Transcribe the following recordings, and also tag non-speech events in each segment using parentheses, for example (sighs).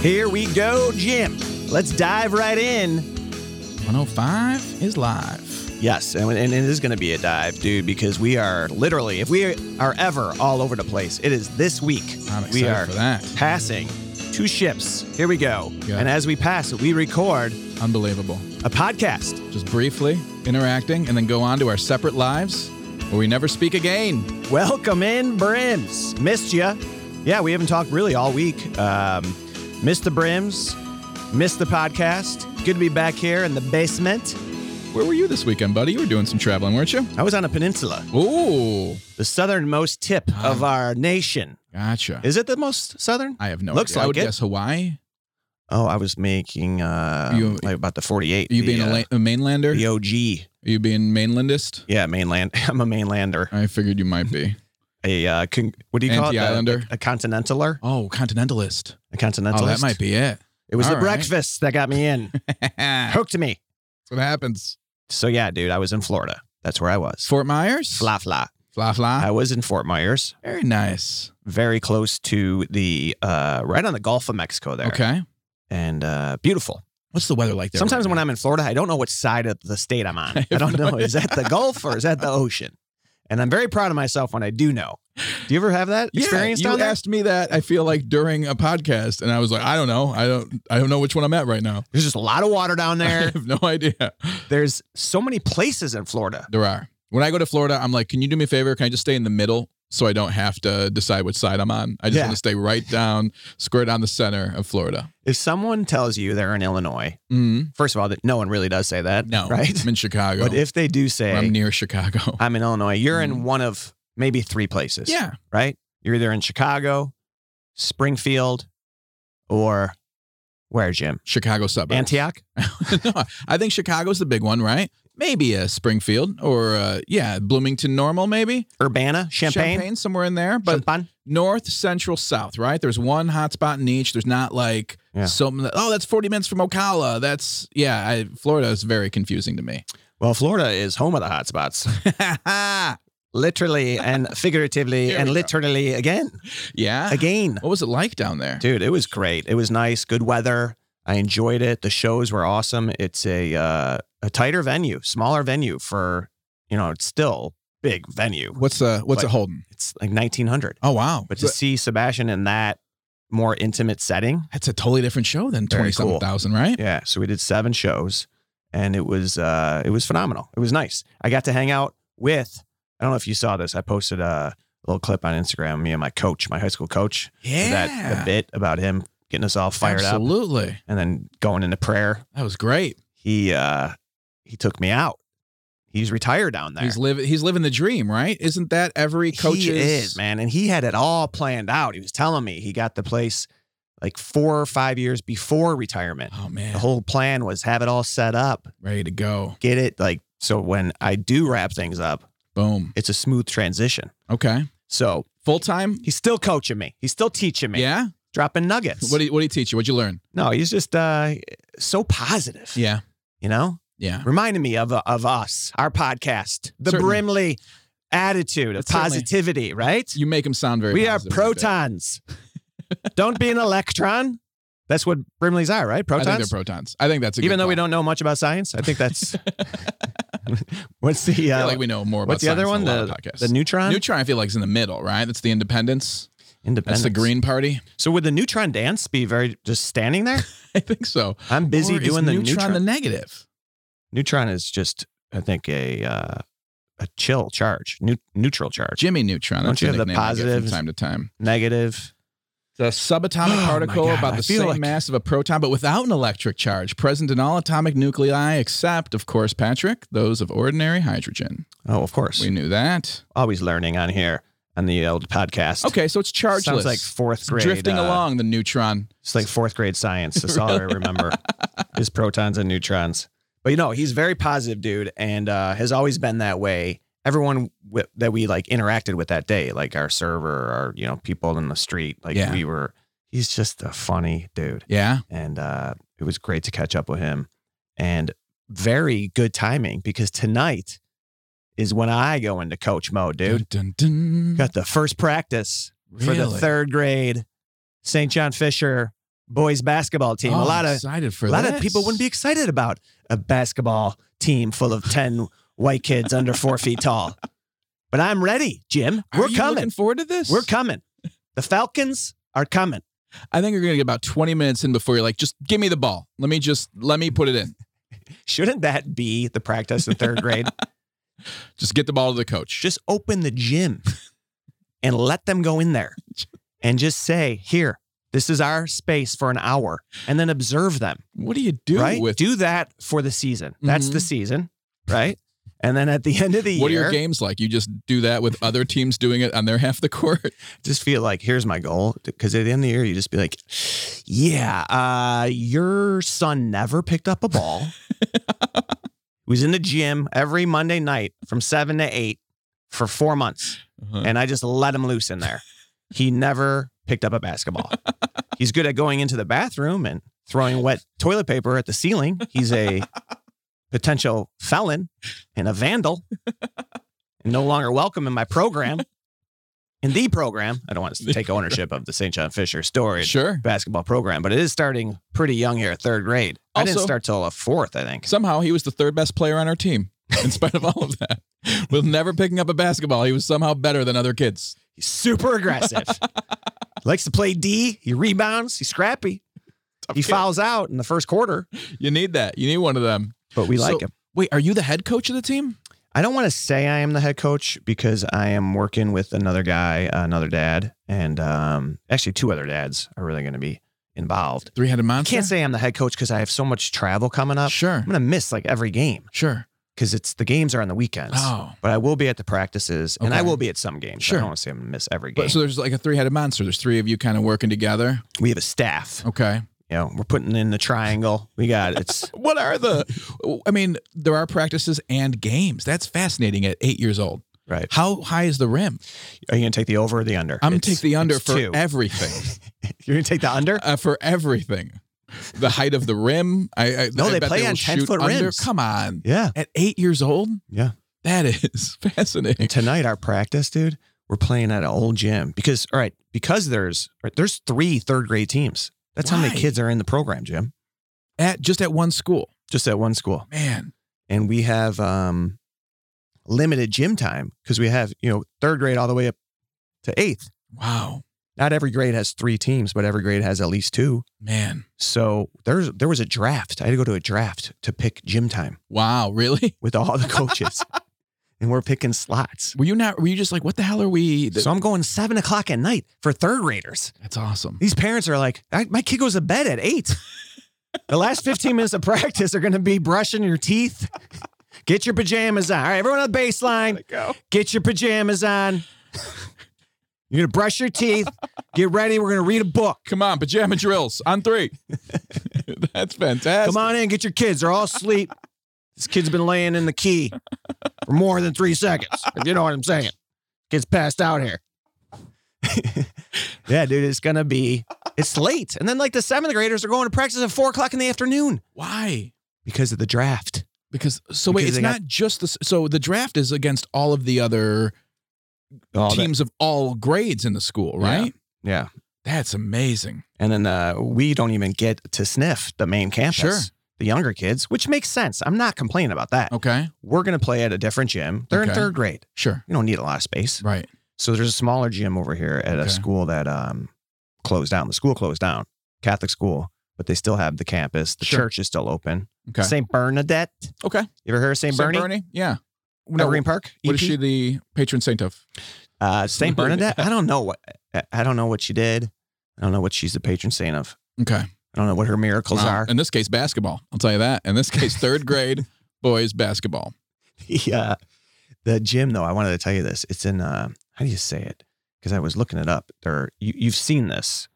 Here we go, Jim. Let's dive right in. 105 is live. Yes, and, and it is going to be a dive, dude, because we are literally, if we are ever all over the place, it is this week. I'm excited we are for that. passing two ships. Here we go. Yeah. And as we pass it, we record Unbelievable. a podcast. Just briefly interacting and then go on to our separate lives where we never speak again. Welcome in, Brims. Missed you. Yeah, we haven't talked really all week. Um, missed the Brims, missed the podcast. Good to be back here in the basement. Where were you this weekend, buddy? You were doing some traveling, weren't you? I was on a peninsula, Ooh, the southernmost tip of our nation. gotcha. Is it the most southern? I have no Looks idea. I like would it. guess Hawaii. Oh, I was making uh, You- like about the 48. Are you the, being a, uh, la- a mainlander? the OG. Are you being mainlandist? Yeah, mainland. (laughs) I'm a mainlander. I figured you might be. A uh, con- what do (laughs) you call Anti-islander? it? A, a continentaler. Oh, continentalist. A continentalist. Oh, that might (laughs) be it. It was All the right. breakfast that got me (laughs) in. That's Hooked me. what happens. So yeah, dude, I was in Florida. That's where I was. Fort Myers? Fla fla. Fla, fla. I was in Fort Myers, Very nice. very close to the uh, right on the Gulf of Mexico there, Okay. and uh, beautiful. What's the weather like there? Sometimes right when now? I'm in Florida, I don't know which side of the state I'm (laughs) on. I I, have don't no know. Is that the Gulf or is that the ocean? And I'm very proud of myself when I do know. Do you ever have that experience (laughs) yeah, you down there? asked me that. I feel like during a podcast, and I was like, I don't know, I don't, I don't know which one I'm at right now. (laughs) There's just a lot of water down I (laughs) there. have no idea. There's so many places in Florida. There are. When I go to Florida, I'm like, can you do me a favor? Can I just stay in the middle so I don't have to decide which side I'm on? I just Yeah. want to stay right down, square down the center of Florida. If someone tells you they're in Illinois, Mm, first of all, that no one really does say that. no, Right? I'm in Chicago. But if they do say I'm (laughs) near Chicago. I'm in Illinois. You're Mhm. in one of maybe three places. yeah, Right? You're either in Chicago, Springfield, or where, Jim? Chicago suburb. Antioch? (laughs) no, I think Chicago's the big one, right? Maybe uh, Springfield or uh, yeah, Bloomington Normal, maybe Urbana? Champaign? Champaign somewhere in there. But Champagne? north, central, south, right? There's one hot spot in each. There's not like Yeah. something that, oh, that's 40 minutes from Ocala. That's, yeah, I, Florida is very confusing to me. Well, Florida is home of the hotspots. Literally and figuratively There and we go. literally again. yeah. Again. What was it like down there? Dude, it was great. It was nice, good weather. I enjoyed it. The shows were awesome. It's a uh, a tighter venue, smaller venue for, you know, it's still big venue. What's uh, what's it Like- holding? It's like 1900. Oh, wow. But to see Sebastian in that more intimate setting, that's a totally different show than Very 27,000, right? yeah. So we did seven shows, and it was uh, it was phenomenal. It was nice. I got to hang out with. I don't know if you saw this. I posted a little clip on Instagram. Me and my coach, my high school coach, Yeah. that the bit about him getting us all fired up Absolutely. and then going into prayer. That was great. He uh, he took me out. He's retired down there. He's living, he's living the dream, right? Isn't that every coach's? He is, man. And he had it all planned out. He was telling me he got the place like four or five years before retirement. Oh, man. The whole plan was have it all set up, Ready to go. get it like so when I do wrap things up, Boom. it's a smooth transition. Okay. So Full time. he's still coaching me. He's still teaching me. Yeah. Dropping nuggets. What do you, what do you teach you? What'd you learn? no, he's just uh so positive. Yeah. You know? Yeah. Reminding me of of us, our podcast. The Certainly. Brimley attitude of It certainly- positivity, right? You make him sound very. we are positive like that. (laughs) protons. Don't be an electron. That's what Brimleys are, right? I think Protons. they're protons. I think that's a Even good though we call. don't know much about science, I think (laughs) that's (laughs) what's the I uh, feel like we know more about what's the other one? science than a The, lot of podcasts. the neutron. neutron. I feel like is in the middle, right? That's the independence. Independence. That's the Green Party. (laughs) So would the neutron dance be very just standing there? I think so. I'm busy Or is doing the neutron, neutron. The negative. neutron is just, I think, a uh, a chill charge, Neu- neutral charge, Jimmy Neutron. Don't That's you a have the nickname I get from positives? time to time. negative. The subatomic Oh my particle God, about I the feel same like- mass of a proton, but without an electric charge, present in all atomic nuclei except, of course, Patrick, those of ordinary hydrogen. Oh, of course. We knew that. Always learning on here on the old podcast. Okay, so it's chargeless. Sounds like fourth It's grade. drifting uh, along the neutron. It's like fourth grade science. That's all I remember is protons and neutrons. But you know, he's very positive, dude, and uh, has always been that way. Everyone w- that we like interacted with that day, like our server, our you know people in the street, like Yeah. we were. He's just a funny dude, Yeah. and uh, it was great to catch up with him. And very good timing because tonight is when I go into coach mode, dude. Dun, dun, dun. Got the first practice for the Really? third grade St. John Fisher boys basketball team. Oh, a lot I'm of excited for a lot this. of people wouldn't be excited about a basketball team full of 10 white kids under four feet tall. But I'm ready, Jim. Are We're you coming. Looking forward to this. We're coming. The Falcons are coming. I think you're gonna get about 20 minutes in before you're like, just give me the ball. Let me just let me put it in. Shouldn't that be the practice in third (laughs) grade? Just get the ball to the coach. just open the gym and let them go in (laughs) there and just say, here, this is our space for an hour and then observe them. What do you do right? with Do that for the season. That's the Mhm. season, right? And then at the end of the what are year, your games like? You just do that with other teams doing it on their (laughs) half the court. just feel like here's my goal because at the end of the year you just be like yeah uh your son never picked up a (laughs) ball he was in the gym every monday night from 7 to 8 for 4 months and i just let him loose in there he never picked up a basketball he's good at going into the bathroom and throwing wet toilet paper at the ceiling he's a potential felon and a vandal and no longer welcome in my program in the program. I don't want us to take ownership of the St. John Fisher story Sure. basketball program, but it is starting pretty young here at third grade. I didn't Also- start till a fourth, I think. Somehow he was the third best player on our team, in spite of all of that. (laughs) With never picking up a basketball, he was somehow better than other kids. He's super (laughs) aggressive. Likes to play D. He rebounds. He's scrappy. Tough He kid. fouls out in the first quarter, You need that. You need one of them. but we So- like him. Wait, are you the head coach of the team? I don't want to say I am the head coach because I am working with another guy, another dad, and um, actually two other dads are really going to be involved. Three headed I monster. can't say I'm the head coach because I have so much travel coming up. Sure. I'm going to miss like every game. Sure. because it's the games are on the weekends. Oh. But I will be at the practices, and I Okay. will be at some games. Sure. I don't want to say I'm gonna miss every game. But so there's like a three headed monster. There's three of you kind of working together. we have a staff. Okay. You know, we're putting in the triangle. We got it's (laughs) What are the I mean, there are practices and games. That's fascinating at eight years old. right. How high is the rim? Are you gonna take the over or the under? I'm gonna It's- take the under it's for two. everything. You're gonna take the (laughs) under. uh, for everything. The height of the rim. I, I No, I they bet play will on 10 shoot foot under. rims. Come on. Yeah. At eight years old? Yeah. That is (laughs) fascinating. And tonight our practice, dude, we're playing at an old gym because all right because there's right, there's three third grade teams. That's how many Why? kids are in the program, Jim. At just at one school. Just at one school. Man. and we have um, limited gym time because we have you know third grade all the way up to eighth. Wow. Not every grade has three teams, but every grade has at least two. Man. So there's there was a draft. I had to go to a draft to pick gym time Wow. Really? with all the coaches, and we're picking slots. Were you not were you just like, what the hell are we? So I'm going seven o'clock at night for third graders. That's awesome. These parents are like, "I- my kid goes to bed at eight. The last 15 minutes of practice are going to be brushing your teeth. Get your pajamas on. All right, everyone on the baseline. go. get your pajamas on. You're gonna brush your teeth, get ready. We're gonna read a book. Come on, pajama drills on three. (laughs) That's fantastic. Come on in, get your kids. They're all asleep. This kid's been laying in the key for more than three seconds. If you know what I'm saying, gets passed out here. (laughs) yeah, dude, it's gonna be it's late, and then like the seventh graders are going to practice at four o'clock in the afternoon Why? because of the draft. Because so wait, Because it's they got- not just the so the draft is against all of the other teams of all grades in the school, Yeah. right? Oh, yeah. That's amazing. And then uh, we don't even get to sniff the main campus. Sure. The younger kids, which makes sense. I'm not complaining about that. Okay, We're going to play at a different gym. They're in Okay. third grade. sure, You don't need a lot of space. right. So there's a smaller gym over here at a Okay. school that um, closed down. The school closed down, Catholic school, but they still have the campus. The Sure. church is still open. Okay, St. Bernadette. Okay. You ever heard of St. Saint Bernie? E yeah. No, No, Green Park. What EP? is she the patron saint of? Uh, St. Bernadette. I don't know what. I- I don't know what she did. I don't know what she's the patron saint of. Okay, I don't know what her miracles Wow. are. (laughs) in this case basketball. I'll tell you that. In this case, third grade boys basketball. the uh, the gym though i wanted to tell you this it's in uh, how do you say it because i was looking it up there you, you've seen this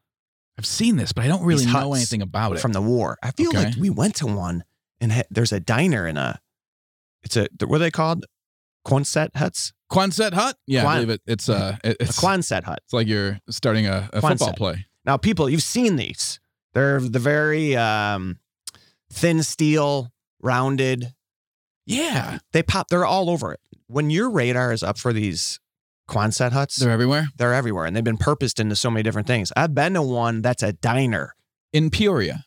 I've seen this, but I don't really These know huts anything about it. from the war i feel Okay. like we went to one and ha- there's a diner in a it's a what are they called quonset huts Quonset Hut. Yeah, Quan- I believe it. It's uh, it- a it's, quonset hut it's like you're starting a, a football Quonset. play. now people you've seen these they're the very um, thin steel rounded Yeah, they pop they're all over it when your radar is up for these quonset huts they're everywhere. they're everywhere and they've been purposed into so many different things. I've been to one that's a diner in Peoria,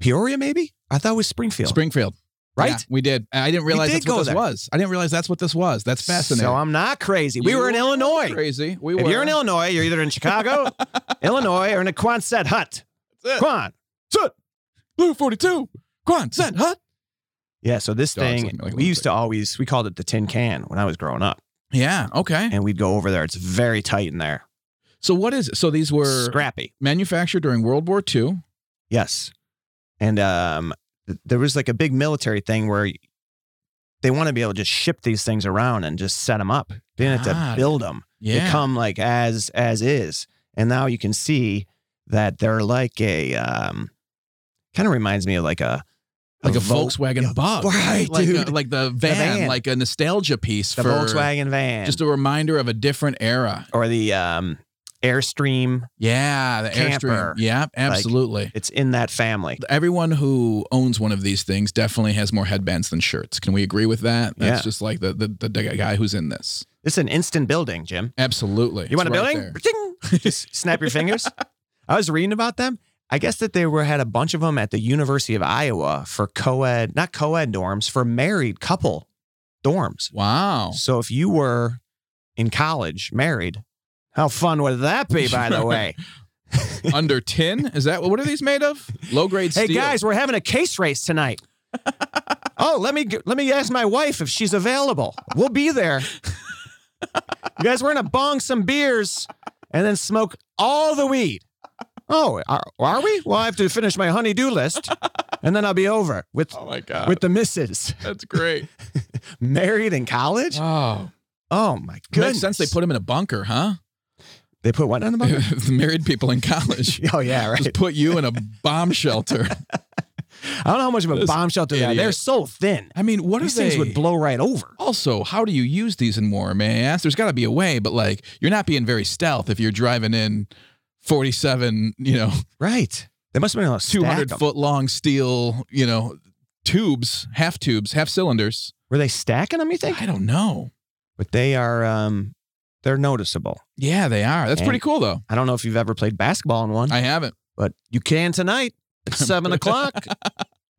Peoria, maybe? I thought it was Springfield. Springfield. right? Yeah, we did. I didn't realize did that's what go this there. was. I didn't realize that's what this was. That's fascinating. So I'm not crazy. We You were in were Illinois. Crazy. We If were. you're in Illinois, you're either in (laughs) Chicago, Illinois, or in a Quonset hut. That's it. Quan. Blue 42. Quan, set, huh? Yeah, so this Dogs thing, look like we used lunatic. to always, we called it the tin can when I was growing up. Yeah. Okay. And we'd go over there. It's very tight in there. So what is? So these were Scrappy. manufactured during World War II. Yes. And um, th- there was like a big military thing where they want to be able to just ship these things around and just set them up. They didn't have Got to it. build them. They Yeah. come like as as is. And now you can see that they're like a um, kind of reminds me of like a Like a Vol- Volkswagen yeah, Bug. right, Like, a- dude. like the van, van. like a nostalgia piece the for Volkswagen van, Just a reminder of a different era. or the um, Airstream. Yeah. The Camper. Airstream. Yeah. Absolutely. It's in that family. Everyone who owns one of these things definitely has more headbands than shirts. Can we agree with that? That's Yeah. just like the, the the guy who's in this. It's an instant building, Jim. Absolutely. You want It's a right building? there. Ding! (laughs) Just snap your fingers. I was reading about them. I guess that they were had a bunch of them at the University of Iowa for co-ed, not co-ed dorms, for married couple dorms. Wow. (laughs) So if you were in college married, how fun would that be? By (laughs) the way, Under tin? Is that what are these made of? Low grade hey steel. guys, we're having a case race tonight. (laughs) oh, let me g- let me ask my wife if she's available. We'll be there. you guys, we're gonna bong some beers and then smoke all the weed. Oh, are, are we? Well, I have to finish my honey-do list, and then I'll be over with Oh my god. with the misses. (laughs) That's great. Married in college? Oh. Oh my goodness! Makes sense they put him in a bunker, huh? they put what on the (laughs) boat? Married people in college. oh (laughs) yeah, Just right. put you in a (laughs) bomb shelter. I don't know how much of a This bomb shelter they are. idiot. They're so thin. I mean, what These are they? things would blow right over. also, how do you use these in war, may I ask? There's got to be a way, but like, you're not being very stealth if you're driving in 47, you know, Right. They must have been able to stack 200 them. foot long steel, you know, tubes, half tubes, half cylinders. Were they stacking them? You think? I don't know. But they are, um, they're noticeable. Yeah, they are. That's And- pretty cool, though. I don't know if you've ever played basketball in one, I haven't. but you can (laughs) tonight at seven o'clock.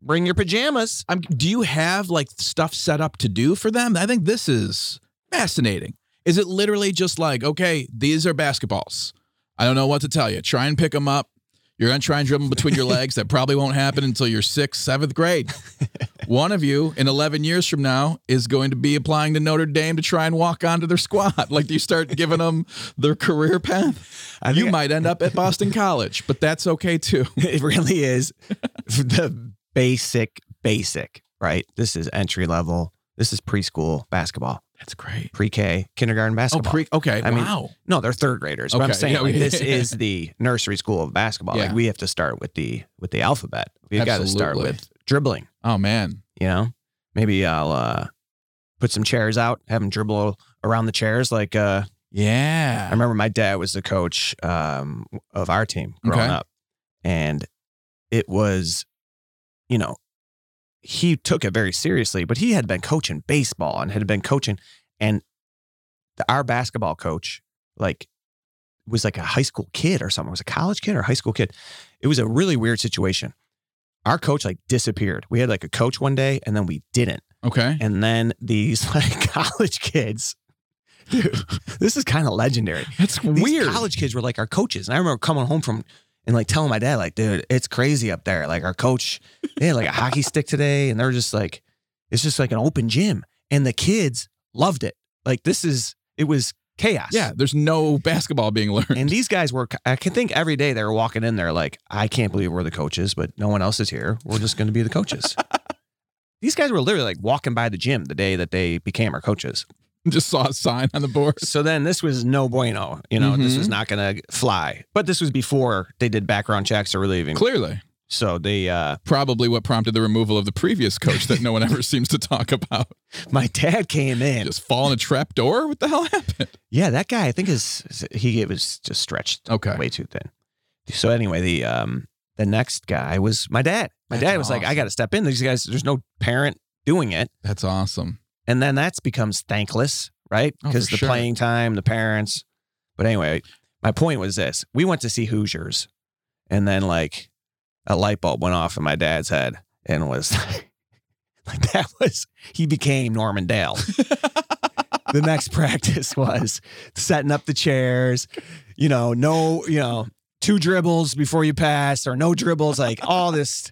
Bring your pajamas. I'm, do you have like stuff set up to do for them? I think this is fascinating. Is it literally just like, okay, these are basketballs. I don't know what to tell you. Try and pick them up. You're going to try and dribble 'em between (laughs) your legs. That probably won't happen until you're sixth, seventh grade. One of you in 11 years from now is going to be applying to Notre Dame to try and walk onto their squad. Like, do you start giving them their career path? I You (laughs) think might end up at Boston College, but that's okay too. it really is (laughs) the basic, basic, right? This is entry level. This is preschool basketball, That's great. pre K, kindergarten Oh, basketball. pre- okay. I mean, wow. no, they're third graders. But I'm Okay, saying yeah, like, we- (laughs) this is the nursery school of basketball. Like Yeah. we have to start with the with the alphabet. We've got to start Absolutely. with dribbling. oh, man. you know maybe i'll uh put some chairs out have them dribble around the chairs like uh i Yeah. remember my dad was the coach um of our team growing Okay. up and it was you know he took it very seriously but he had been coaching baseball and had been coaching and the, our basketball coach like was like a high school kid or something it was a college kid or a high school kid it was a really weird situation our coach like disappeared we had like a coach one day and then we didn't Okay. and then these (laughs) like college kids dude this is kind of legendary (laughs) That's these weird. college kids were like our coaches and i remember coming home from and like telling my dad like dude it's crazy up there like our coach they had like a hockey stick today and they're just like it's just like an open gym and the kids loved it like this is it was chaos yeah, there's no basketball being learned. (laughs) and these guys were i can think every day they were walking in there like i can't believe we're the coaches but no one else is here we're just going to be the (laughs) coaches these guys were literally like walking by the gym the day that they became our coaches Just saw a sign on the board. so then this was no bueno you know this Mhm. was not going to fly but this was before they did background checks or relieving Clearly, so they uh probably what prompted the removal of the previous coach that no one (laughs) ever seems to talk about. my (laughs) dad came in Just fall in a trap door? What the hell happened? yeah that guy i think is he it was just stretched Okay. way too thin. So anyway, the um the next guy was my dad. My That's dad was like, I awesome. got to step in. These guys, there's no parent doing it, That's awesome. and then that's becomes thankless, right? Oh, for Because the sure. playing time, the parents. But anyway, my point was this: we went to see Hoosiers, and then like a light bulb went off in my dad's head and was (laughs) like, that was, he became Norman Dale. the (laughs) next practice was setting up the chairs, you know, no, you know, two dribbles before you pass or no dribbles, like all this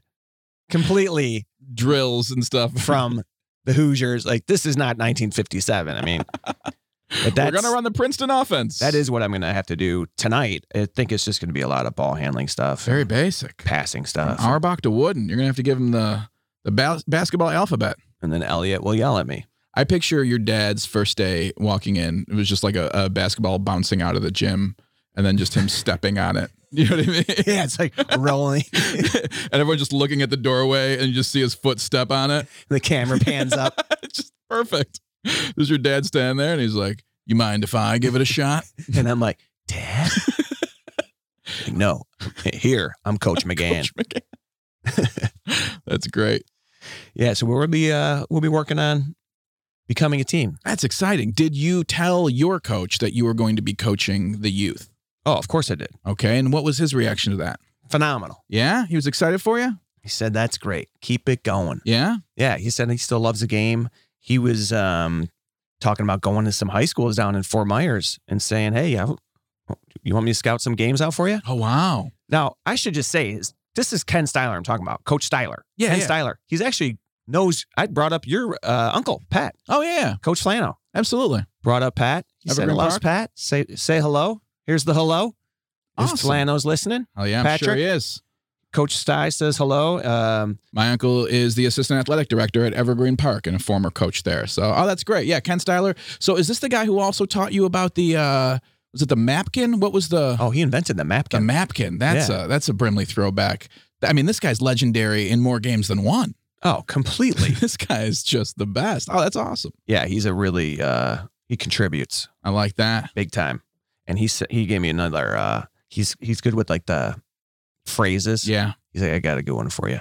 completely Drills and stuff. (laughs) from the Hoosiers. Like, this is not 1957. I (laughs) mean, but We're that's, gonna run the Princeton offense. that is what I'm going to have to do tonight. I think it's just going to be a lot of ball handling stuff, very basic. passing From stuff. Auerbach to Wooden. You're gonna have to give him the the bas- basketball alphabet. and then Elliot will yell at me. I picture your dad's first day walking in. It was just like a, a basketball bouncing out of the gym, and then (laughs) just him stepping on it. You know what I mean? (laughs) Yeah, it's like rolling. (laughs) (laughs) and everyone just looking at the doorway, and you just see his foot step on it. the camera pans up. (laughs) It's just perfect. Does your dad stand there, and he's like, "You mind if I give it a (laughs) shot?" (laughs) And I'm like, Dad? (laughs) Like, no, here, I'm Coach McGann. Coach McGann. (laughs) That's great. Yeah, so we'll be uh we'll be working on becoming a team. That's exciting. Did you tell your coach that you were going to be coaching the youth? Oh, of course I did. Okay. And what was his reaction to that? Phenomenal. Yeah. He was excited for you? He said, That's great. Keep it going. Yeah. Yeah, he said he still loves the game. He was um talking about going to some high schools down in Fort Myers and saying, Hey, I, you want me to scout some games out for you? Oh, wow. Now, I should just say is this is Ken Styler I'm talking about, Coach Styler. Yeah, Ken yeah. Styler. He's actually knows. I brought up your uh, uncle Pat, Oh, yeah. Coach Flano. Absolutely. Brought up Pat. He said Evergreen he loves Park? Pat. Say say hello. Here's the hello. If Awesome. Flano's listening, Oh, yeah. I'm sure Patrick? he is. Coach Sty says hello. Um, My uncle is the assistant athletic director at Evergreen Park and a former coach there. So, oh, that's great. Yeah. Ken Styler. So, is this the guy who also taught you about the, uh, was it the mapkin? What was the, oh, he invented the the mapkin. mapkin? That's a, that's a Brimley throwback. I mean, this guy's legendary in more games (laughs) than one. oh, (laughs) completely. this guy is just the best. Oh, that's awesome. yeah, he's a really uh, he contributes I like that. big time, and he sa- he gave me another. Uh, he's he's good with like the phrases. Yeah. He's like, I got a good one for you.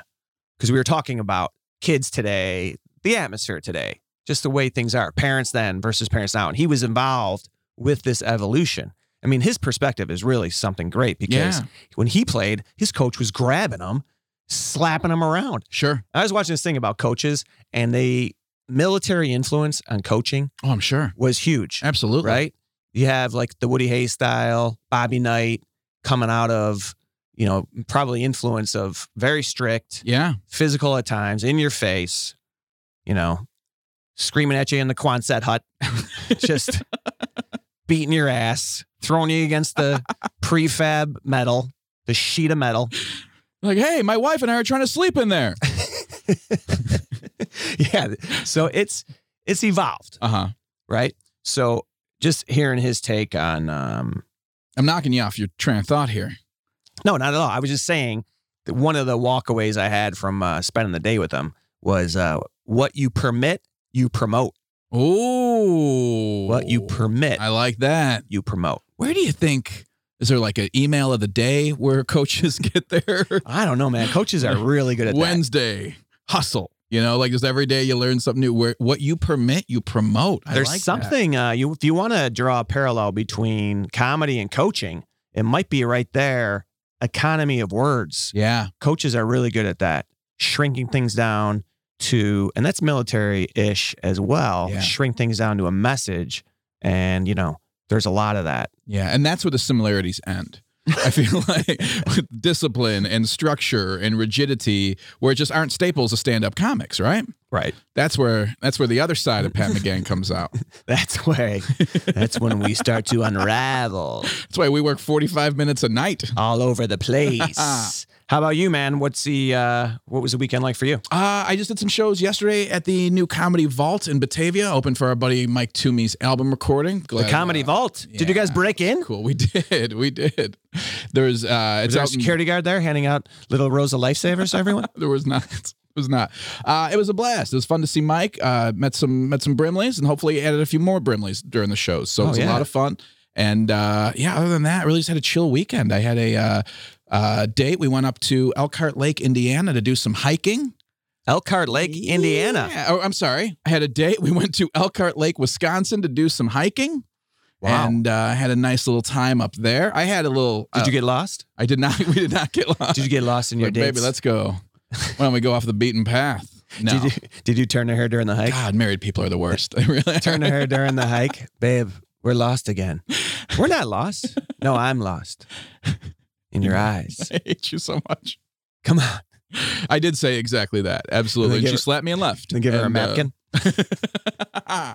Because we were talking about kids today, the atmosphere today, just the way things are, parents then versus parents now. And he was involved with this evolution. I mean, his perspective is really something great because yeah. when he played, his coach was grabbing him, slapping him around. Sure. I was watching this thing about coaches and they military influence on coaching Oh, I'm sure. was huge Absolutely. right? You have like the Woody Hayes style, Bobby Knight coming out of, you know, probably influence of very strict, Yeah. physical at times, in your face, you know, screaming at you in the Quonset hut, (laughs) just beating your ass, throwing you against the prefab metal, the sheet of metal. (laughs) Like, hey, my wife and I are trying to sleep in there. yeah. So it's it's evolved, Uh huh. right? So just hearing his take on um I'm knocking you off your train of thought here. No, not at all. I was just saying that one of the walkaways I had from uh, spending the day with them was uh, what you permit, you promote. Oh, What you permit, I like that. you promote. Where do you think? Is there like an email of the day where (laughs) coaches (laughs) get there? I don't know, man. Coaches are really (laughs) good at that. Wednesday hustle. You know, like just every day you learn something new. Where what you permit, you promote. I There's like that. something uh, you if you want to draw a parallel between comedy and coaching, it might be right there. Economy of words. Yeah. Coaches are really good at that, shrinking things down to, and that's military-ish as well. Yeah. Shrink things down to a message, and you know, there's a lot of that. Yeah, and that's where the similarities end. I feel (laughs) like with discipline and structure and rigidity, where it just aren't staples of stand-up comics, right? Right. That's where that's where the other side of Pat McGann comes out. (laughs) That's way. That's when we start to unravel That's why we work 45 minutes a night. all over the place. (laughs) How about you, man? What's the uh, what was the weekend like for you? Uh, I just did some shows yesterday at the new Comedy Vault in Batavia, open for our buddy Mike Toomey's album recording. The Glad, comedy uh, vault. Did you guys yeah. break in? Cool, we (laughs) did, we did. There's uh, Was it's there a out in- security guard there handing out little rows of lifesavers to everyone? (laughs) there was not. (laughs) It was not. Uh, it was a blast. It was fun to see Mike. Uh, met some met some Brimleys and hopefully added a few more Brimleys during the shows. So it Oh, was a yeah. lot of fun. And uh, yeah, other than that, I really just had a chill weekend. I had a uh, uh, date. We went up to Elkhart Lake, Indiana, to do some hiking. Elkhart Lake, Indiana. Yeah. Oh, I'm sorry. I had a date. We went to Elkhart Lake, Wisconsin, to do some hiking. Wow. and uh, I had a nice little time up there. I had a little. did uh, you get lost? I did not. (laughs) We did not get lost. Did you get lost in (laughs) your Like, dates? baby, let's go. Why don't we go off the beaten path? No. (laughs) Did you did you turn to her during the hike? God, married people are the worst. They really are. (laughs) Turn to her during the hike, babe. We're lost again. We're not (laughs) lost. No, I'm lost. In your eyes. (laughs) I hate you so much. Come on. I did say exactly that. Absolutely. And they And she give her- slapped me and left. Then give her a And, uh, napkin. (laughs) uh,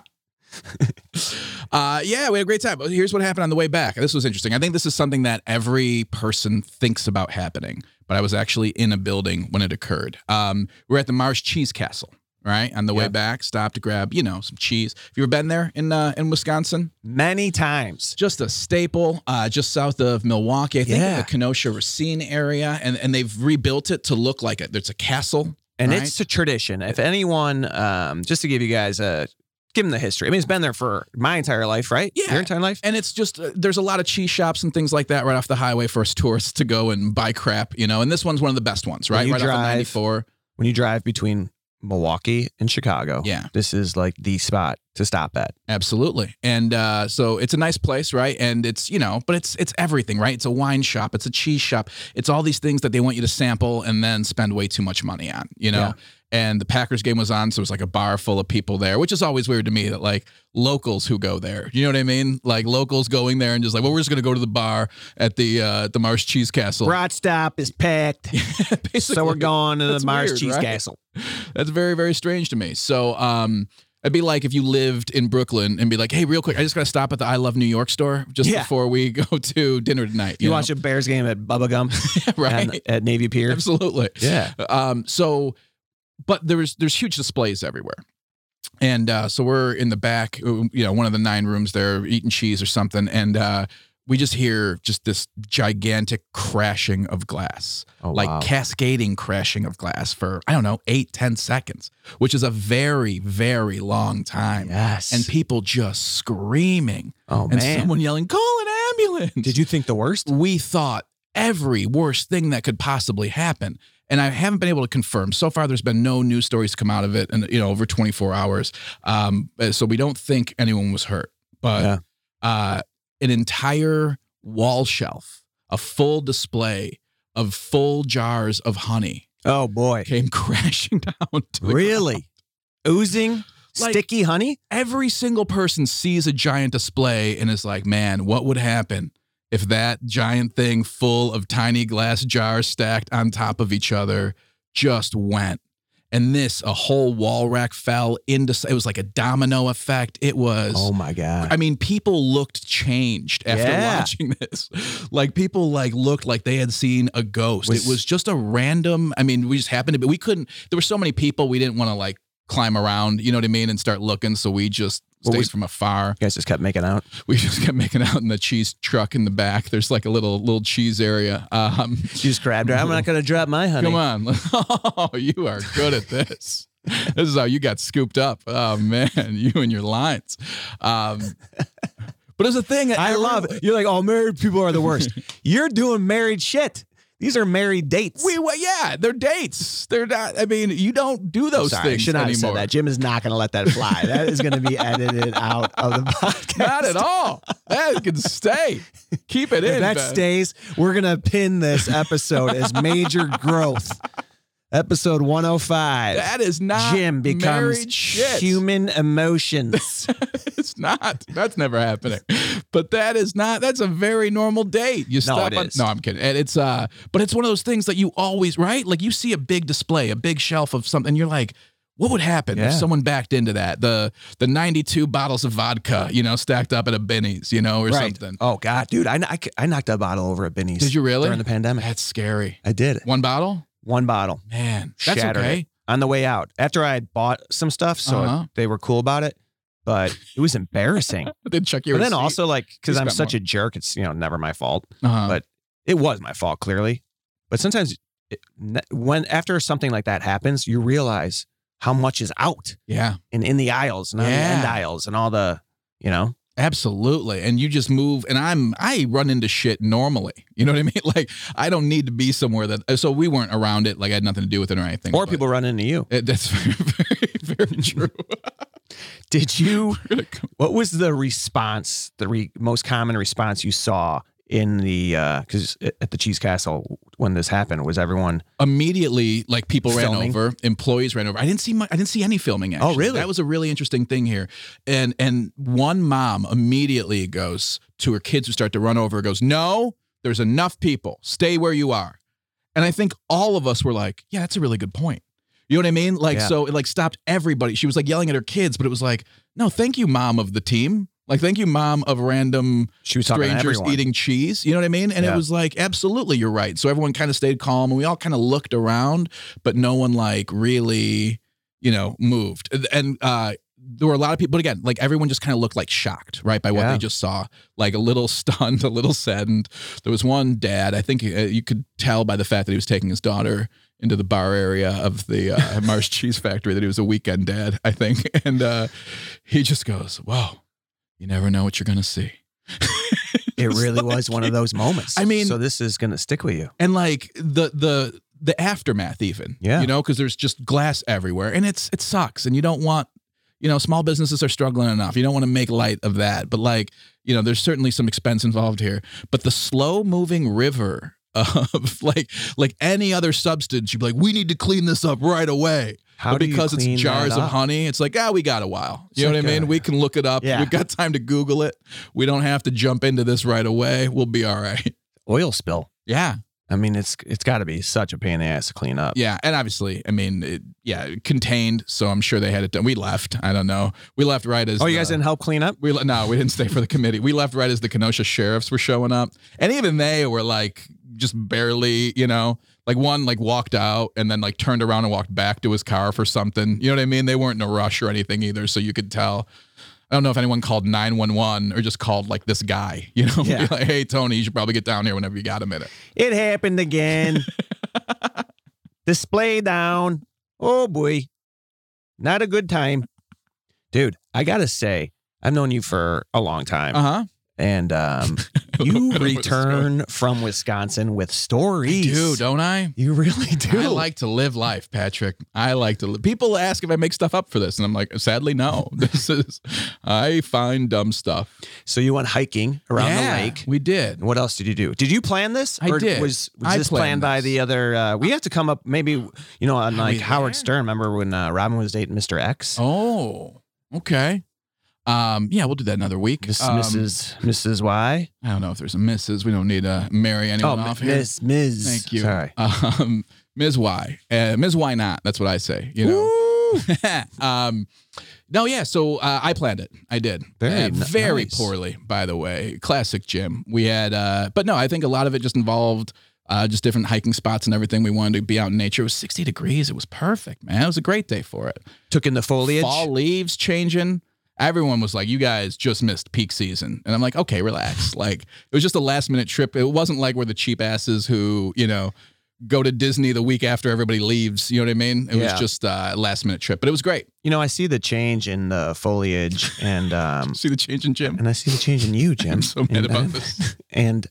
yeah, we had a great time. But Here's what happened on the way back. This was interesting. I think this is something that every person thinks about happening, but I was actually in a building when it occurred. Um, we were at the Mars Cheese Castle, right? On the way Yeah. back, stopped to grab, you know, some cheese. Have you ever been there in uh, in Wisconsin? Many times. Just a staple, uh, just south of Milwaukee, I think in Yeah. the Kenosha Racine area, and and they've rebuilt it to look like a, there's a castle And Right. it's a tradition. If anyone, um, just to give you guys a give them the history. I mean, it's been there for my entire life, right? Yeah. Your entire life? And it's just uh, there's a lot of cheese shops and things like that right off the highway for us tourists to go and buy crap, you know. And this one's one of the best ones, When right? you Right off of drive- 94. When you drive between Milwaukee and Chicago, Yeah. this is like the spot to stop at. Absolutely. And uh, so it's a nice place, right? And it's, you know, but it's it's everything, right? It's a wine shop, it's a cheese shop, it's all these things that they want you to sample and then spend way too much money on, you Yeah. know? And the Packers game was on, so it was like a bar full of people there, which is always weird to me that like locals who go there. You know what I mean? Like locals going there and just like, well, we're just gonna go to the bar at the uh at the Marsh Cheese Castle. Brat stop is (laughs) packed. so we're Basically. going to the That's Mars weird, Cheese right? Castle. That's very, very strange to me. So, um, it'd be like if you lived in Brooklyn and be like, hey, real quick, I just got to stop at the I Love New York store just Yeah. before we go (laughs) to dinner tonight. You, know? watch a Bears game at Bubba Gump (laughs) right? and, at Navy Pier. Absolutely. (laughs) Yeah. Um, so, but there's there's huge displays everywhere, and uh, so we're in the back, uh, you know, one of the nine rooms there, eating cheese or something, and uh, we just hear just this gigantic crashing of glass Oh, like wow. cascading crashing of glass for I don't know eight ten seconds, which is a very very long time, yes. and people just screaming oh and man, someone yelling, "Call an ambulance!" did you think the worst? we thought every worst thing that could possibly happen. And I haven't been able to confirm. So far, there's been no news stories come out of it, and you know, over 24 hours. Um, uh, so we don't think anyone was hurt, but Yeah. uh, an entire wall shelf, a full display of full jars of honey, Oh (laughs) boy, came crashing down. To the ground. (laughs) really? Oozing Like- sticky honey? Every single person sees a giant display and is like, "Man, what would happen?" if that giant thing full of tiny glass jars stacked on top of each other just went. And this, a whole wall rack fell into, it was like a domino effect. It was. Oh my god. I mean, people looked changed after Yeah. watching (laughs) this. Like people like looked like they had seen a ghost. Was- it was just a random. I mean, we just happened to be. We couldn't. There were so many people. We didn't want to like climb around. You know what I mean? And start looking. So we just What stayed was- from afar you guys just kept making out. we just kept making out in the cheese truck in the back. There's like a little little cheese area. Um, She just grabbed her. I'm not gonna drop my honey. come on, (laughs) oh, you are good at this. (laughs) this is how you got scooped up. Oh man, (laughs) you and your lines. Um, but it's a thing. that I everyone- love. You're like, oh, married people are the (laughs) worst. you're doing married shit. These are married dates. We well, yeah, they're dates. They're not. I mean, you don't do I'm those sorry, I things should not have anymore. said that. Jim is not gonna let that fly. That is gonna be edited out of the (laughs) podcast. Not at all. That can stay. Keep it If in. that Ben. stays, we're gonna pin this episode as (laughs) major growth. Episode 105. That is not Jim becomes married shit. human emotions. (laughs) it's not. That's never happening. But that is not. That's a very normal date. You stop. it on- is. No, I'm kidding. And it's uh. But it's one of those things that you always right. Like you see a big display, a big shelf of something. You're like. What would happen Yeah. if someone backed into that? The the 92 bottles of vodka, you know, stacked up at a Benny's, you know, (laughs) or something. Oh God, dude, I, kn- I, c- I knocked a bottle over at Benny's. Did you really? during the pandemic? That's scary. I did. One bottle? One bottle Man, that's Shattered okay. on the way out after I had bought some stuff, so Uh-huh. they were cool about it. But it was (laughs) embarrassing. Then E. check your but then receipt. also like because You I'm spent such a jerk, it's you know never my fault. Uh-huh. but- It was my fault clearly, but sometimes it, ne- when after something like that happens, you realize how much is out yeah. and in the aisles and on the end Yeah. aisles and all the you know Absolutely. And you just move and I'm I run into shit normally. You know what I mean? (laughs) Like I don't need to be somewhere that so we weren't (laughs) around it, like I had nothing to do with it or anything. or but- people run into you. It- that's very, very, very true. Did you? We're gonna come- (laughs) What was the response? The re, most common response you saw in the because at the Cheese Castle when this happened was everyone Immediately, like people ran Filming. Oh, over, employees ran over. I didn't see my, I didn't see any filming. Actually. really? That was a really interesting thing here. And and one mom immediately goes to her kids who start to run over. Goes, no, there's enough people. Stay where you are. And I think all of us were like, yeah, that's a really good point. You know what I mean? Like, Yeah. so it like stopped everybody. She was like yelling at her kids, but it was like, no, thank you, mom of the team. Like, thank you, mom of random she was talking to strangers everyone. eating cheese. You know what I mean? And Yeah. it was like, absolutely, you're right. So everyone kind of stayed calm and we all kind of looked around, but no one like really, you know, moved. And- And uh, there were a lot of people, but again, like everyone just kind of looked like shocked, right, by what Yeah. they just saw, like a little (laughs) stunned, a little saddened. There was one dad, I think uh, you could tell by the fact that he was taking his daughter into the bar area of the uh, (laughs) Mars Cheese Factory that he was a weekend dad, I think. (laughs) And uh, he just goes, Whoa, you never know what you're going to see. (laughs) It was really like- was one of those moments. I mean- so this is gonna stick with you. and like the the the aftermath even Yeah. you know because there's just glass everywhere and it's it sucks and you don't want you know small businesses are struggling enough you don't want to make light of that but like you know there's certainly some expense involved here but the slow moving river of (laughs) like like any other substance you'd be like we need to clean this up right away How but do you because it's clean that jars of up? honey it's like ah we got a while It's you know like what i mean a- we can look it up Yeah. we've got time to google it we don't have to jump into this right away we'll be all right oil spill. yeah I mean, it's it's got to be such a pain in the ass to clean up. Yeah, and obviously, I mean, it, yeah, it contained. So I'm sure they had it done. We left. I don't know. We left right as. Oh, you the- guys didn't help clean up? (laughs) We le- no, we didn't stay for the committee. We left right as the Kenosha sheriffs were showing up, and even they were like just barely, you know, like one like walked out and then like turned around and walked back to his car for something. You know what I mean? They weren't in a rush or anything either, so you could tell. I don't know if anyone called 911 or just called like this guy, (laughs) you know, Yeah. like, hey, Tony, you should probably get down here whenever you got a minute. It happened (laughs) again. Display down. Oh boy. Not a good time. Dude, I got to say, I've known you for a long time Uh (laughs) huh. and (laughs) um Uh-huh. you return from Wisconsin with stories. Dude, don't I? you really do. (laughs) I like to live life, Patrick. I like to. Li- People ask if I make stuff up for this, and I'm like, sadly, no. (laughs) This is, I find dumb stuff so you went hiking around the lake. We did. What else did you do? Did you plan this? I did. Was, was I this planned, planned by this. the other? Uh, we have to come up maybe, you know, on Are like we Howard there? Stern. Remember when uh, Robin was dating Mr. X? Oh, okay. Um, yeah, we'll do that another week. This Um, Mrs. Mrs. Y. I don't know if there's a Mrs. We don't need to marry M- anyone off here. Oh, Miss Ms. Thank you. Sorry. Um, Ms. Y. Uh, Ms. Why not? That's what I say. You know. (laughs) um, no, yeah. So uh, I planned it. I did. Very Uh, n- very nice. poorly, by the way. Classic Jim. We had, uh, but no, I think a lot of it just involved uh, just different hiking spots and everything. We wanted to be out in nature. It was 60 degrees. It was perfect, man. It was a great day for it. Took in the foliage. Fall leaves changing. Everyone was like, "You guys just missed peak season," and I'm like, "Okay, relax." (laughs) Like it was just a last minute trip. It wasn't like we're the cheap asses who you know go to Disney the week after everybody leaves. You know what I mean? It Yeah. was just uh, a last minute trip, but it was great. You know, I see the change in the (laughs) foliage, and um, See the change in Jim. and I see the change in you, Jim. I'm so mad and, about I'm- this. And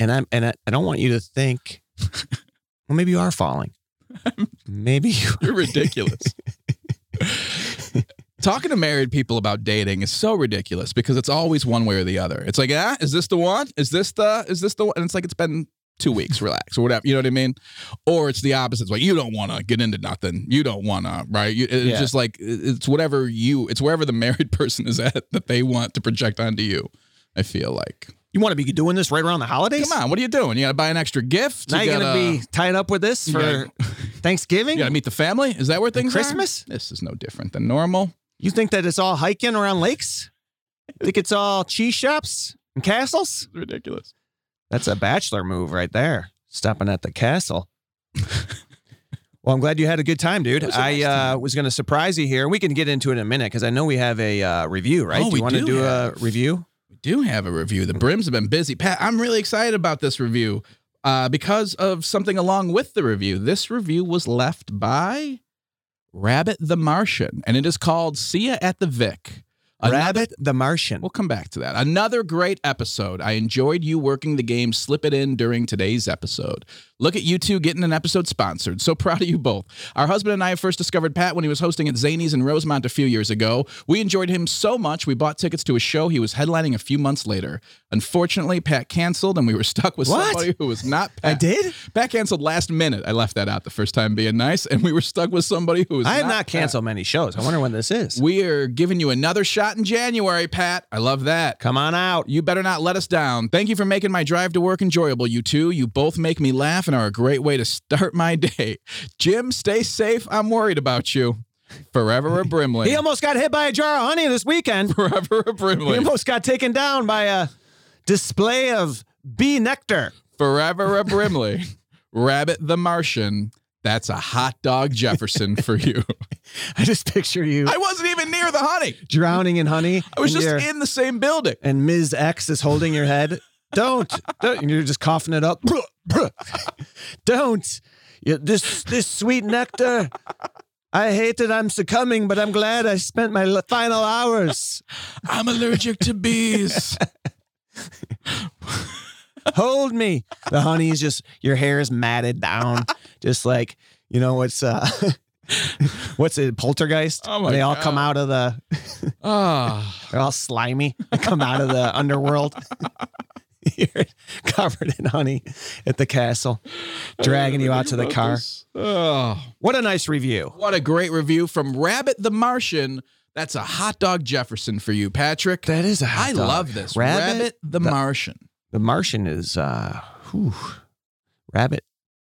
and I'm and I, I don't want you to (laughs) think. Well, maybe you are falling. Maybe you You're (laughs) ridiculous. Talking to married people about dating is so ridiculous because it's always one way or the other. It's like, ah, is this the one? Is this the? Is this the? One? And it's like it's been two weeks. Relax or whatever. You know what I mean? Or it's the opposite. It's like you don't want to get into nothing. You don't want to, right? You, it's Yeah. just like it's whatever you. It's wherever the (laughs) married person is at that they want to project onto you. I feel like, You want to be doing this right around the holidays? come on, what are you doing? You got to buy an extra gift. Now you you're gonna gotta- uh, be tied up with this you for gotta- (laughs) Thanksgiving, You gotta meet the family. Is that where things are? Christmas. This is no different than normal. You think that it's all hiking around lakes? Think it's all cheese shops and castles? It's ridiculous. That's a bachelor move right there. Stopping at the castle. (laughs) well, I'm glad you had a good time, dude. It was a I nice uh, time. was gonna surprise you here. We can get into it in a minute because I know we have a uh, review, right? Oh, do we you want to do do a have. review? We do have a review. The brims have been busy. Pat, I'm really excited about this review. Uh, because of something along with the review. This review was left by Rabbit the Martian, and it is called See Ya at the Vic. Another- Rabbit the Martian. We'll come back to that. Another great episode. I enjoyed you working the game. Slip it in during today's episode. Look at you two getting an episode sponsored. So (laughs) proud of you both. Our husband and I first discovered Pat when he was hosting at Zany's in Rosemont a few years ago. We enjoyed him so much, we bought tickets to a show he was headlining a few months later. Unfortunately, Pat canceled and we were (laughs) stuck with What? somebody who was not Pat. I did? Pat canceled last minute. I left that out the first time being nice, and we were stuck with somebody who was I have not not canceled many shows. I wonder when this is. we are giving you another shot in January, Pat. I love that. Come on out. You better not let us down. Thank you for making my drive to work enjoyable, you two. You both make me laugh and are a great way to start my day. (laughs) Jim, stay safe. I'm worried about you. Forever a Brimley. He almost got hit by a jar of honey this (laughs) weekend. Forever a He Brimley. almost got taken down by a display of bee nectar. (laughs) Forever a Brimley. Rabbit the Martian. That's a hot dog Jefferson for (laughs) you. I just picture you I wasn't even near the honey. drowning in honey. (laughs) I was and just you're- in the same building. and Ms. X is holding your (laughs) head. Don't, don't. And you're just coughing it up. (laughs) don't. You- this this sweet nectar. I hate that I'm succumbing, but I'm glad I spent my l- final hours. I'm allergic to bees. (laughs) Hold me. The honey is just your hair is matted down, just like you know what's uh, (laughs) what's it? Poltergeist. Oh my When they all come out God. of the. Ah. They're all slimy. They come out of (laughs) the underworld. You're covered in honey at the castle, dragging you out to the car. Oh, What a nice review. what a great review from Rabbit the Martian. That's a hot dog Jefferson for you, Patrick. That is a hot I dog. love this. Rabbit Rabbit, the, the- Martian. The Martian is uh whew, rabbit.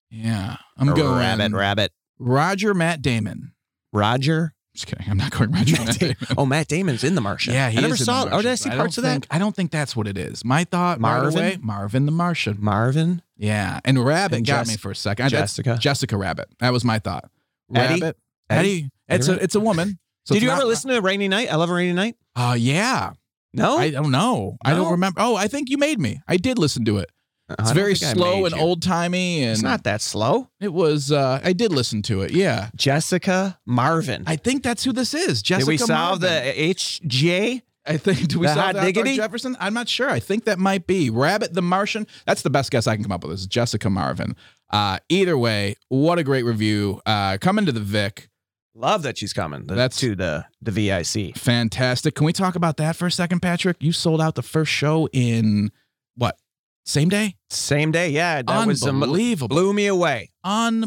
Yeah. I'm going rabbit, rabbit. Roger Matt Damon. (laughs) Roger. Just kidding. I'm not going Roger Matt, Matt Damon. Oh, Matt Damon's in the Martian. Yeah, he I never is in saw The it. Oh, did I Martian, see but parts of don't that? think- I don't think that's what it is. My thought, Marvin, Marvin? Marvin the Martian. Marvin, Yeah, and Rabbit And got Jess- me for a second. I- that's Jessica. Jessica Rabbit. That was my thought. Eddie? Rabbit. Eddie. Eddie? It's a Rabbit? it's a woman. So did it's you not- ever listen to Rainy Night? I love Rainy Night. Oh yeah. No, I don't know. I don't Oh. No? remember. Oh, I think you made me. I did listen to it. I It's don't very think I slow made and you. old timey, and It's not that slow. it was. Uh, I did listen to it. Yeah, Jessica Marvin. I think that's who this is. Jessica. did we solve Marvin. the HJ? I think. Do we the solve hot the hot dog diggity? Jefferson? I'm not sure. I think that might be Rabbit the Martian. That's the best guess I can come up with. Is Jessica Marvin. Uh, either way, what a great review. Uh, coming to the Vic. Love that she's coming. The, That's- to the the VIC. Fantastic. Can we talk about that for a second, Patrick? You sold out the first show in what? Same day? Same day, yeah. That was um, Unbelievable. blew me away.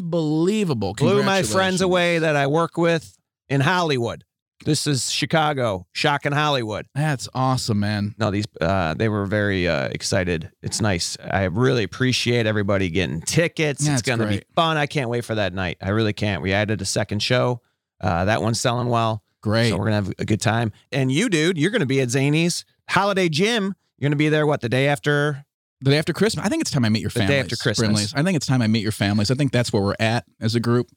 Unbelievable. Blew my Congratulations. friends away that I work with in Hollywood. This is Chicago, shocking Hollywood. That's awesome, man. No, these uh, they were very uh, excited. It's nice. I really appreciate everybody getting tickets. Yeah, it's it's going to be great. fun. I can't wait for that night. I really can't. We added a second show. Uh, that one's selling well, Great. so we're gonna have a good time. And you, dude, you're gonna be at Zany's Holiday Gym. You're gonna be there what the day after? the day after Christmas. I think it's time I meet your The day families. after Christmas. Brimleys. I think it's time I meet your families. I think that's where we're at as a group.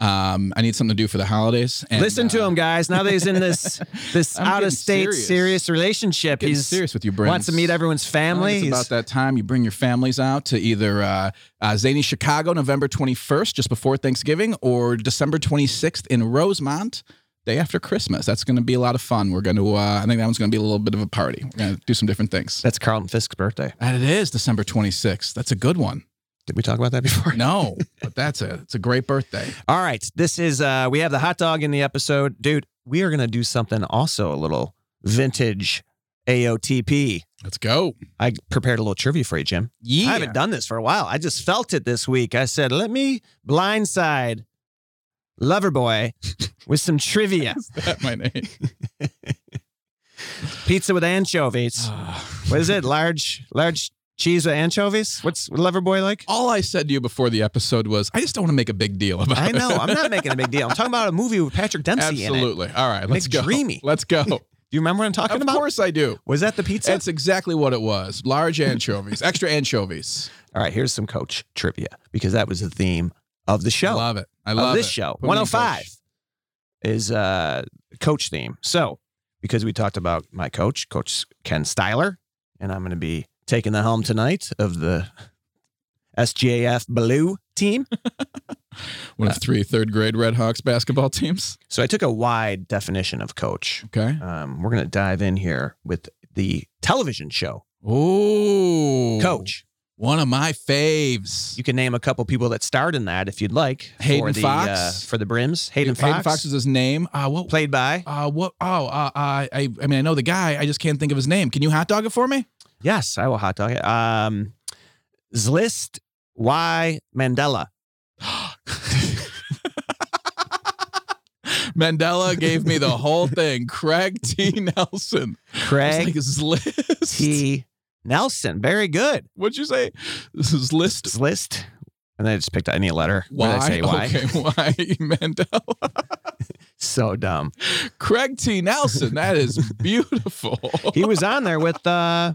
Um, I need something to do for the holidays. And, Listen to uh, him, guys. Now that he's in (laughs) this this I'm out getting of state serious. serious. relationship, Getting he's serious with you, Brim. wants to meet everyone's I family. think It's about He's- that time you bring your families out to either uh, uh, Zany Chicago, November 21st, just before Thanksgiving, or December 26th in Rosemont, day after Christmas. That's going to be a lot of fun. We're going to, uh, I think that one's going to be a little bit of a party. We're going to do some different things. That's Carlton Fisk's birthday. And it is December 26th. That's a good one. Did we talk about that (laughs) before? No, but that's a it's a great birthday. All right. This is uh we have the hot dog in the episode. Dude, we are gonna do something also a little vintage AOTP. Let's go. I prepared a little trivia for you, Jim. Yeah. I haven't done this for a while. I just felt it this week. I said, let me blindside (laughs) Loverboy with some trivia. that my name. Pizza with anchovies. (sighs) Oh. What is it? Large, large cheese with anchovies? What's Loverboy like? All I said to you before the episode was, I just don't want to make a big deal about I it. know. I'm not making a big deal. I'm talking about a movie with Patrick Dempsey in it. Absolutely. All right, let's go. McDreamy. Let's go. of Do you remember what I'm (laughs) talking about? course I do. Was that the pizza? That's exactly what it was. (laughs) Large anchovies, extra anchovies. All right, here's some coach trivia because that was the theme of the I show. love it. I of love this it. show. Put me in 105 coach. is uh coach theme. So, because we talked about my coach, coach Ken Styler, and I'm going to be taking the helm tonight of the SJF Blue team. One Uh, of three third grade Red Hawks basketball teams. So I took a wide definition of coach. Okay. Um, we're going to dive in here with the television show Oh, Coach. One of my faves. You can name a couple people that starred in that if you'd like. for Hayden the, Fox. uh, for the Brims. Hayden, Fox, is his name. Uh, what? played by uh, what? Oh, uh, uh, I, I mean, I know the guy. I just can't think of his name. Can you hot dog it for me? yes, I will hot dog it. Um, Zlist Y Mandela. Mandela gave me the (laughs) whole thing. Craig T. Nelson. It's Craig like his list. T Nelson. Very good. What'd you say? This is list. Zlist. And I just picked any letter. Why? What did I say? Why? Okay, why (laughs) Mandela? So dumb. Craig T. Nelson. That is beautiful. He was on there with uh,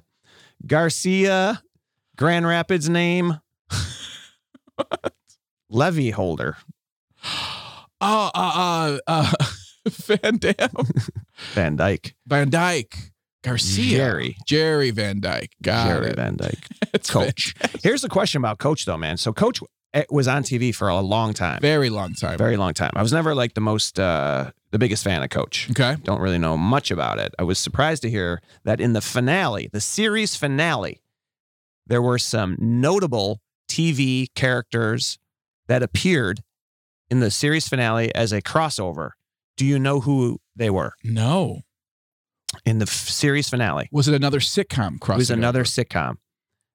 Garcia, Grand Rapids (laughs) name, Levy Holder, (gasps) Oh, uh, uh, (laughs) uh, Van Dam, Van Dyke, Van Dyke, Garcia, Jerry, Jerry Van Dyke. Got Jerry it. Van Dyke, It's coach. Here's the question about coach though, man. So coach eh, was on TV for a long time, been a very long time. very long time. I was never like the most, uh, the biggest fan of coach. okay. Don't really know much about it. I was surprised to hear that in the finale, the series finale, there were some notable TV characters that appeared in the series finale as a crossover. Do you know who they were No. in the f- series finale? Was it another sitcom cross? It was another sitcom.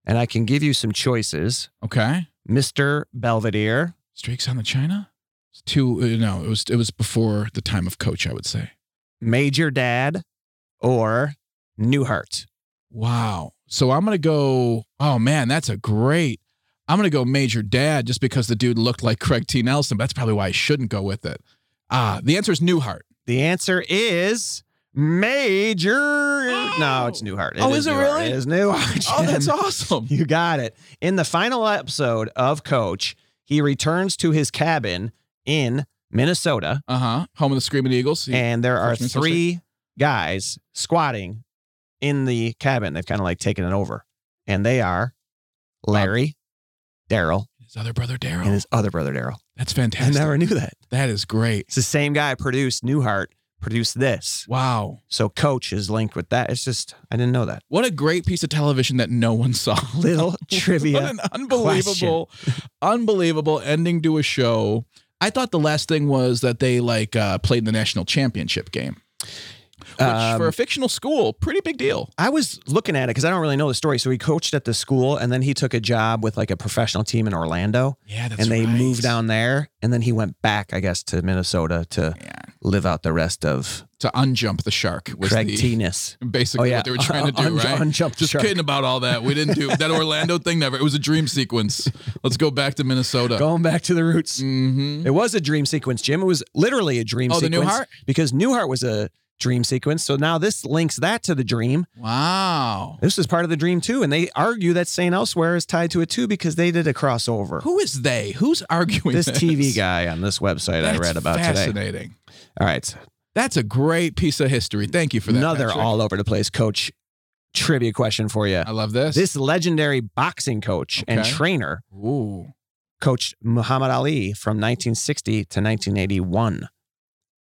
And I can give you some choices Okay. Mr. Belvedere, Streaks on the China? It's two. Uh, no, it was it was before the time of Coach, I would say. Major Dad, or Newhart. Wow. So I'm gonna go. Oh man, that's a great. I'm gonna go Major Dad just because the dude looked like Craig T. Nelson. But that's probably why I shouldn't go with it. Ah, the answer (laughs) is Newhart. The answer is Major. No, it's Newhart. Oh, is it Newhart. really? It is Newhart. (laughs) Oh, that's Jim. awesome. You got it. In the final episode of Coach, he returns to his cabin in Minnesota, Uh huh. Home of the Screaming Eagles. and there are First Minnesota three guys squatting in the cabin. They've kind of like taken it over, and they are Larry, Daryl, His other brother Daryl. and his other brother Daryl. that's I fantastic. never knew that. that is great. It's the same guy produced Newhart, produced this. Wow. So Coach is linked with that. It's just I didn't know that. What a great piece of television that no one saw. (laughs) Little (laughs) what trivia. an unbelievable, unbelievable ending to a show. I thought the last thing was that they like uh, played the national championship game, which Um, for a fictional school, pretty big deal. I was looking at it because I don't really know the story. So he coached at the school and then he took a job with like a professional team in Orlando Yeah, that's and they moved down there. And then he went back, I guess, to Minnesota to Yeah. live out the rest of to unjump the shark. Was Craig Oh, the, T-ness. (laughs) basically what they were trying (laughs) to do, Un- right? unjump the Just shark. kidding about all that. We didn't do that Orlando thing. Never. It was a dream sequence. Let's go back to Minnesota. Going back to the roots. Mm-hmm. It was a dream sequence, Jim. It was literally a dream Oh, the sequence. new heart. Because Newhart was a dream sequence. So now this links that to the dream. Wow. This is part of the dream too. And they argue that St. Elsewhere is tied to it too because they did a crossover. Who is they? Who's arguing this this, TV guy on this website I That's read about fascinating. today. All right. That's a great piece of history. Thank you for that. Another Patrick. all over the place coach trivia question for you. I love this. This legendary boxing coach and Uh, Okay. trainer Ooh. coached Muhammad Ali from 1960 to 1981.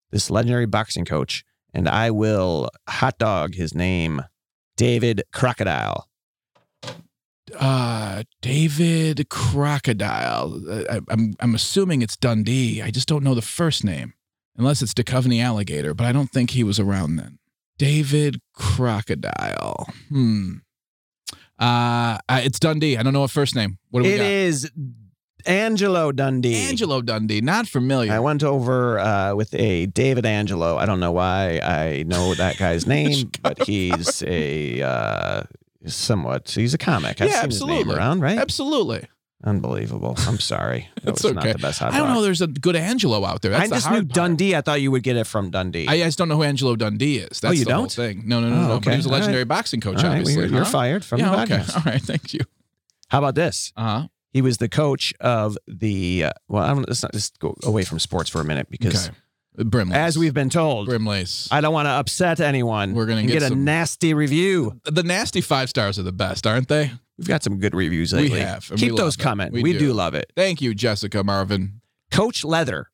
This legendary boxing coach, and I will hot dog his name, David Crocodile. Uh, David Crocodile. Uh, I, I'm I'm assuming it's Dundee. I just don't know the first name, unless it's Duchovny Alligator. But I don't think he was around then. David Crocodile. Hmm. Uh, I- it's Dundee. I don't know a first name. What do we It got? is Angelo Dundee. Angelo Dundee. Not familiar. I went over uh, with a David Angelo. I don't know why I know that (laughs) guy's name, but he's a uh, somewhat. He's a comic. I've Yeah, seen his absolutely. name around, right? Absolutely. Unbelievable. I'm (laughs) sorry. That It's was not okay. the best hot I don't know. dog. There's a good Angelo out there. That's I the just hard knew part. Dundee. I thought you would get it from Dundee. I just don't know who Angelo Dundee is. Oh, That's you the whole don't? thing. No, no, no, Oh, no. But okay. he was a All right. legendary boxing All coach, right, well, obviously. you're, you're huh? fired from yeah, the okay. podcast. All right, thank you. How about this? Uh-huh. He was the coach of the. Uh, well, I don't. Let's not just go away from sports for a minute because, Okay. Brimlace. as we've been told, Brimlace. I don't want to upset anyone. We're gonna and get get, a some- nasty review. the nasty five stars are the best, aren't they? We've got some good reviews We lately. have, and we Keep love those it. coming. We We, do. do. love it. Thank you, Jessica Marvin. Coach Leather.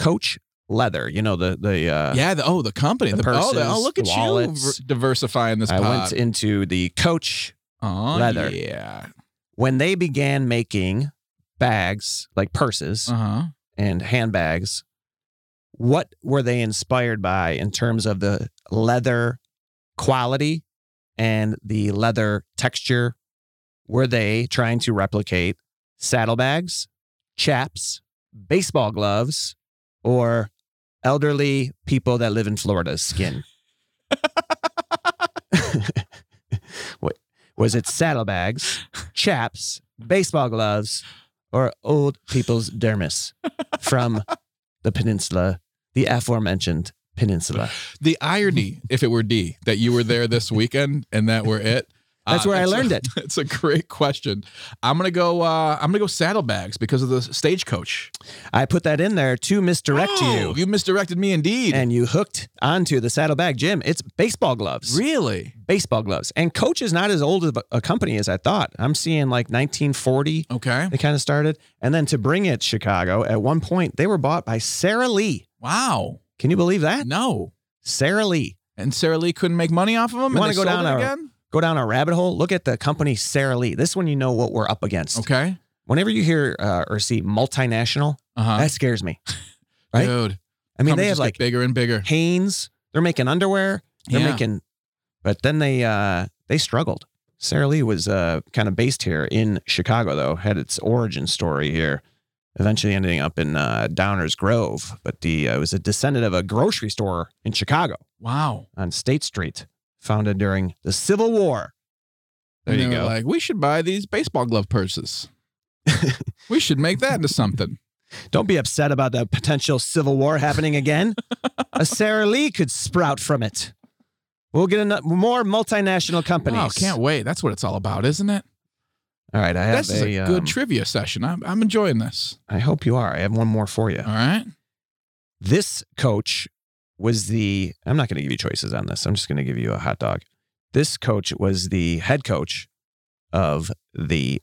Coach Leather. You know the the uh yeah. The, oh, the company. the The, oh, the- oh, purses, look the at wallets. you ver- diversifying this I pod. went into the coach oh, leather. Yeah. when they began making bags like purses Uh huh. and handbags. What were they inspired by in terms of the leather quality and the leather texture? Were they trying to replicate saddlebags, chaps, baseball gloves, or elderly people that live in Florida's skin? what, was it saddlebags, chaps, baseball gloves, or old people's dermis from the peninsula, the aforementioned peninsula? The irony, if it were D, that you were there this weekend and that were it. (laughs) That's where I it's a- learned (laughs) it. It's a great question. I'm gonna go. Uh, I'm gonna go saddlebags because of the stagecoach. I put that in there to misdirect Oh, you. You misdirected me, indeed. And you hooked onto the saddlebag, Jim. It's baseball gloves. really? Baseball gloves. And Coach is not as old of a- a company as I thought. I'm seeing like 1940, Okay. they kind of started. And then to bring it Chicago, at one point, they were bought by Sara Lee. Wow. Can you believe that? No. Sara Lee. And Sarah Lee couldn't make money off of them. You wanna and they go sold down it a- again? go down a rabbit hole, look at the company Sara Lee. This one, you know what we're up against. Okay. Whenever you hear uh, or see multinational, Uh huh. that scares me. right? Dude. I mean, they companies have just get like bigger and bigger. Hanes. They're making underwear. They're Yeah. making, but then they uh, they struggled. Sara Lee was uh, kind of based here in Chicago, though had its origin story here. Eventually ending up in uh, Downers Grove, but the uh, it was a descendant of a grocery store in Chicago wow. on State Street, founded during the Civil War. There and you they were go. Like we should buy these baseball (laughs) glove purses. we should make that into something. Don't be upset about the potential civil war happening again. (laughs) a Sara Lee could sprout from it. We'll get ano- more multinational companies. Wow, can't wait. That's what it's all about, isn't it? All right, I have This is a a, good um, trivia session. I'm, I'm enjoying this. I hope you are. I have one more for you. All right. This coach was the. I'm not going to give you choices on this. I'm just going to give you a hot dog. This coach was the head coach of the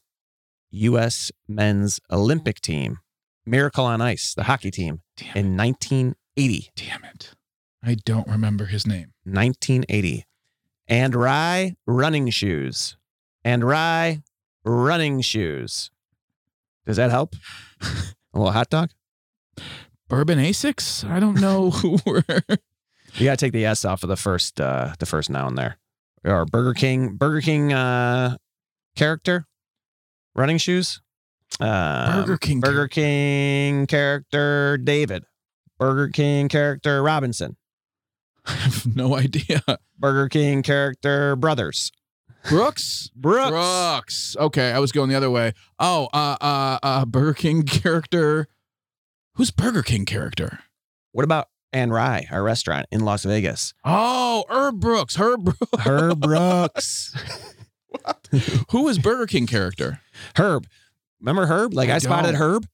U.S. men's Olympic team, Miracle on Ice, the hockey team, Damn it. in 1980. Damn it. I don't remember his name. 1980. And Rye running shoes. And Rye running shoes. Does that (laughs) help? A little hot dog? Bourbon Asics? I don't (laughs) know who we're. (laughs) You gotta take the S off of the first uh the first noun there. Or Burger King, Burger King uh character? Running shoes? Um, Burger King. Burger King character David. Burger King character Robinson. (laughs) I have no idea. Burger King character Brothers. Brooks? Brooks. Brooks. Okay, I was going the other way. Oh, uh, uh, uh, Burger King character. Who's Burger King character? What about Ann Rye, our restaurant in Las Vegas? (laughs) Oh, Herb Brooks. Herb Brooks. Herb Brooks. (laughs) Who is Burger King character? Herb. Remember Herb? Like I, I spotted don't. Herb.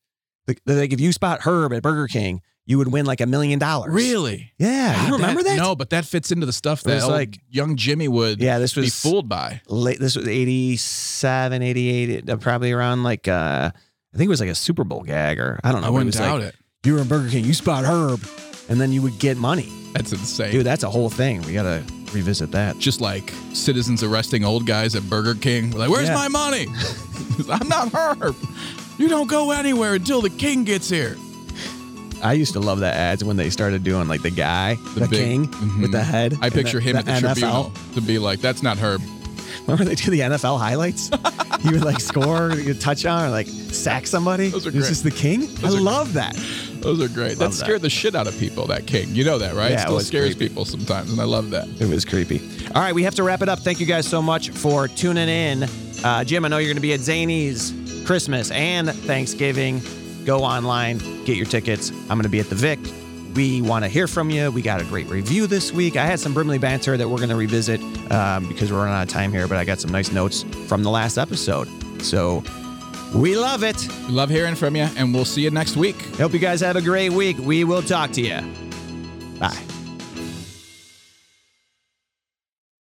Like, like if you spot Herb at Burger King, you would win like a million dollars. Really? Yeah. You God, remember that? No, but Ah, that fits into the stuff It was that like like- young Jimmy would Yeah, this be was fooled by. late this was 87, 88, uh, probably around like uh I think it was like a Super Bowl gag or I don't know. but I it wouldn't was like doubt it. you were in Burger King, you spot Herb, and then you would get money. That's insane. Dude, that's a whole thing. We gotta revisit that. Just like citizens arresting old guys at Burger King. Like, where's Yeah. (laughs) my money? (laughs) I'm not Herb. You don't go anywhere until the king gets here. I used to love the ads when they started doing like the guy, the, big- king with Mhm. the head. I and picture him at the NFL. Tribunal to be like, that's not Herb. (laughs) Remember they do the NFL (laughs) highlights? you would like score, you touchdown, or like sack somebody. Those are It was great. just the king. Those I are love that. Those are great. Love that that. scared the shit out of people, that king. You know that, right? Yeah, it it still was scares creepy. people sometimes, and I love that. It was creepy. All right, we have to wrap it up. Thank you guys so much for tuning in. Uh, Jim, I know you're going to be at Zany's Christmas and Thanksgiving. Go online, get your tickets. I'm going to be at the Vic. We want to hear from you. We got a great review this week. I had some Brimley banter that we're going to revisit um, because we're running out of time here, but I got some nice notes from the last episode. So we love it. We love hearing from you, and we'll see you next week. Hope you guys have a great week. We will talk to you. Bye.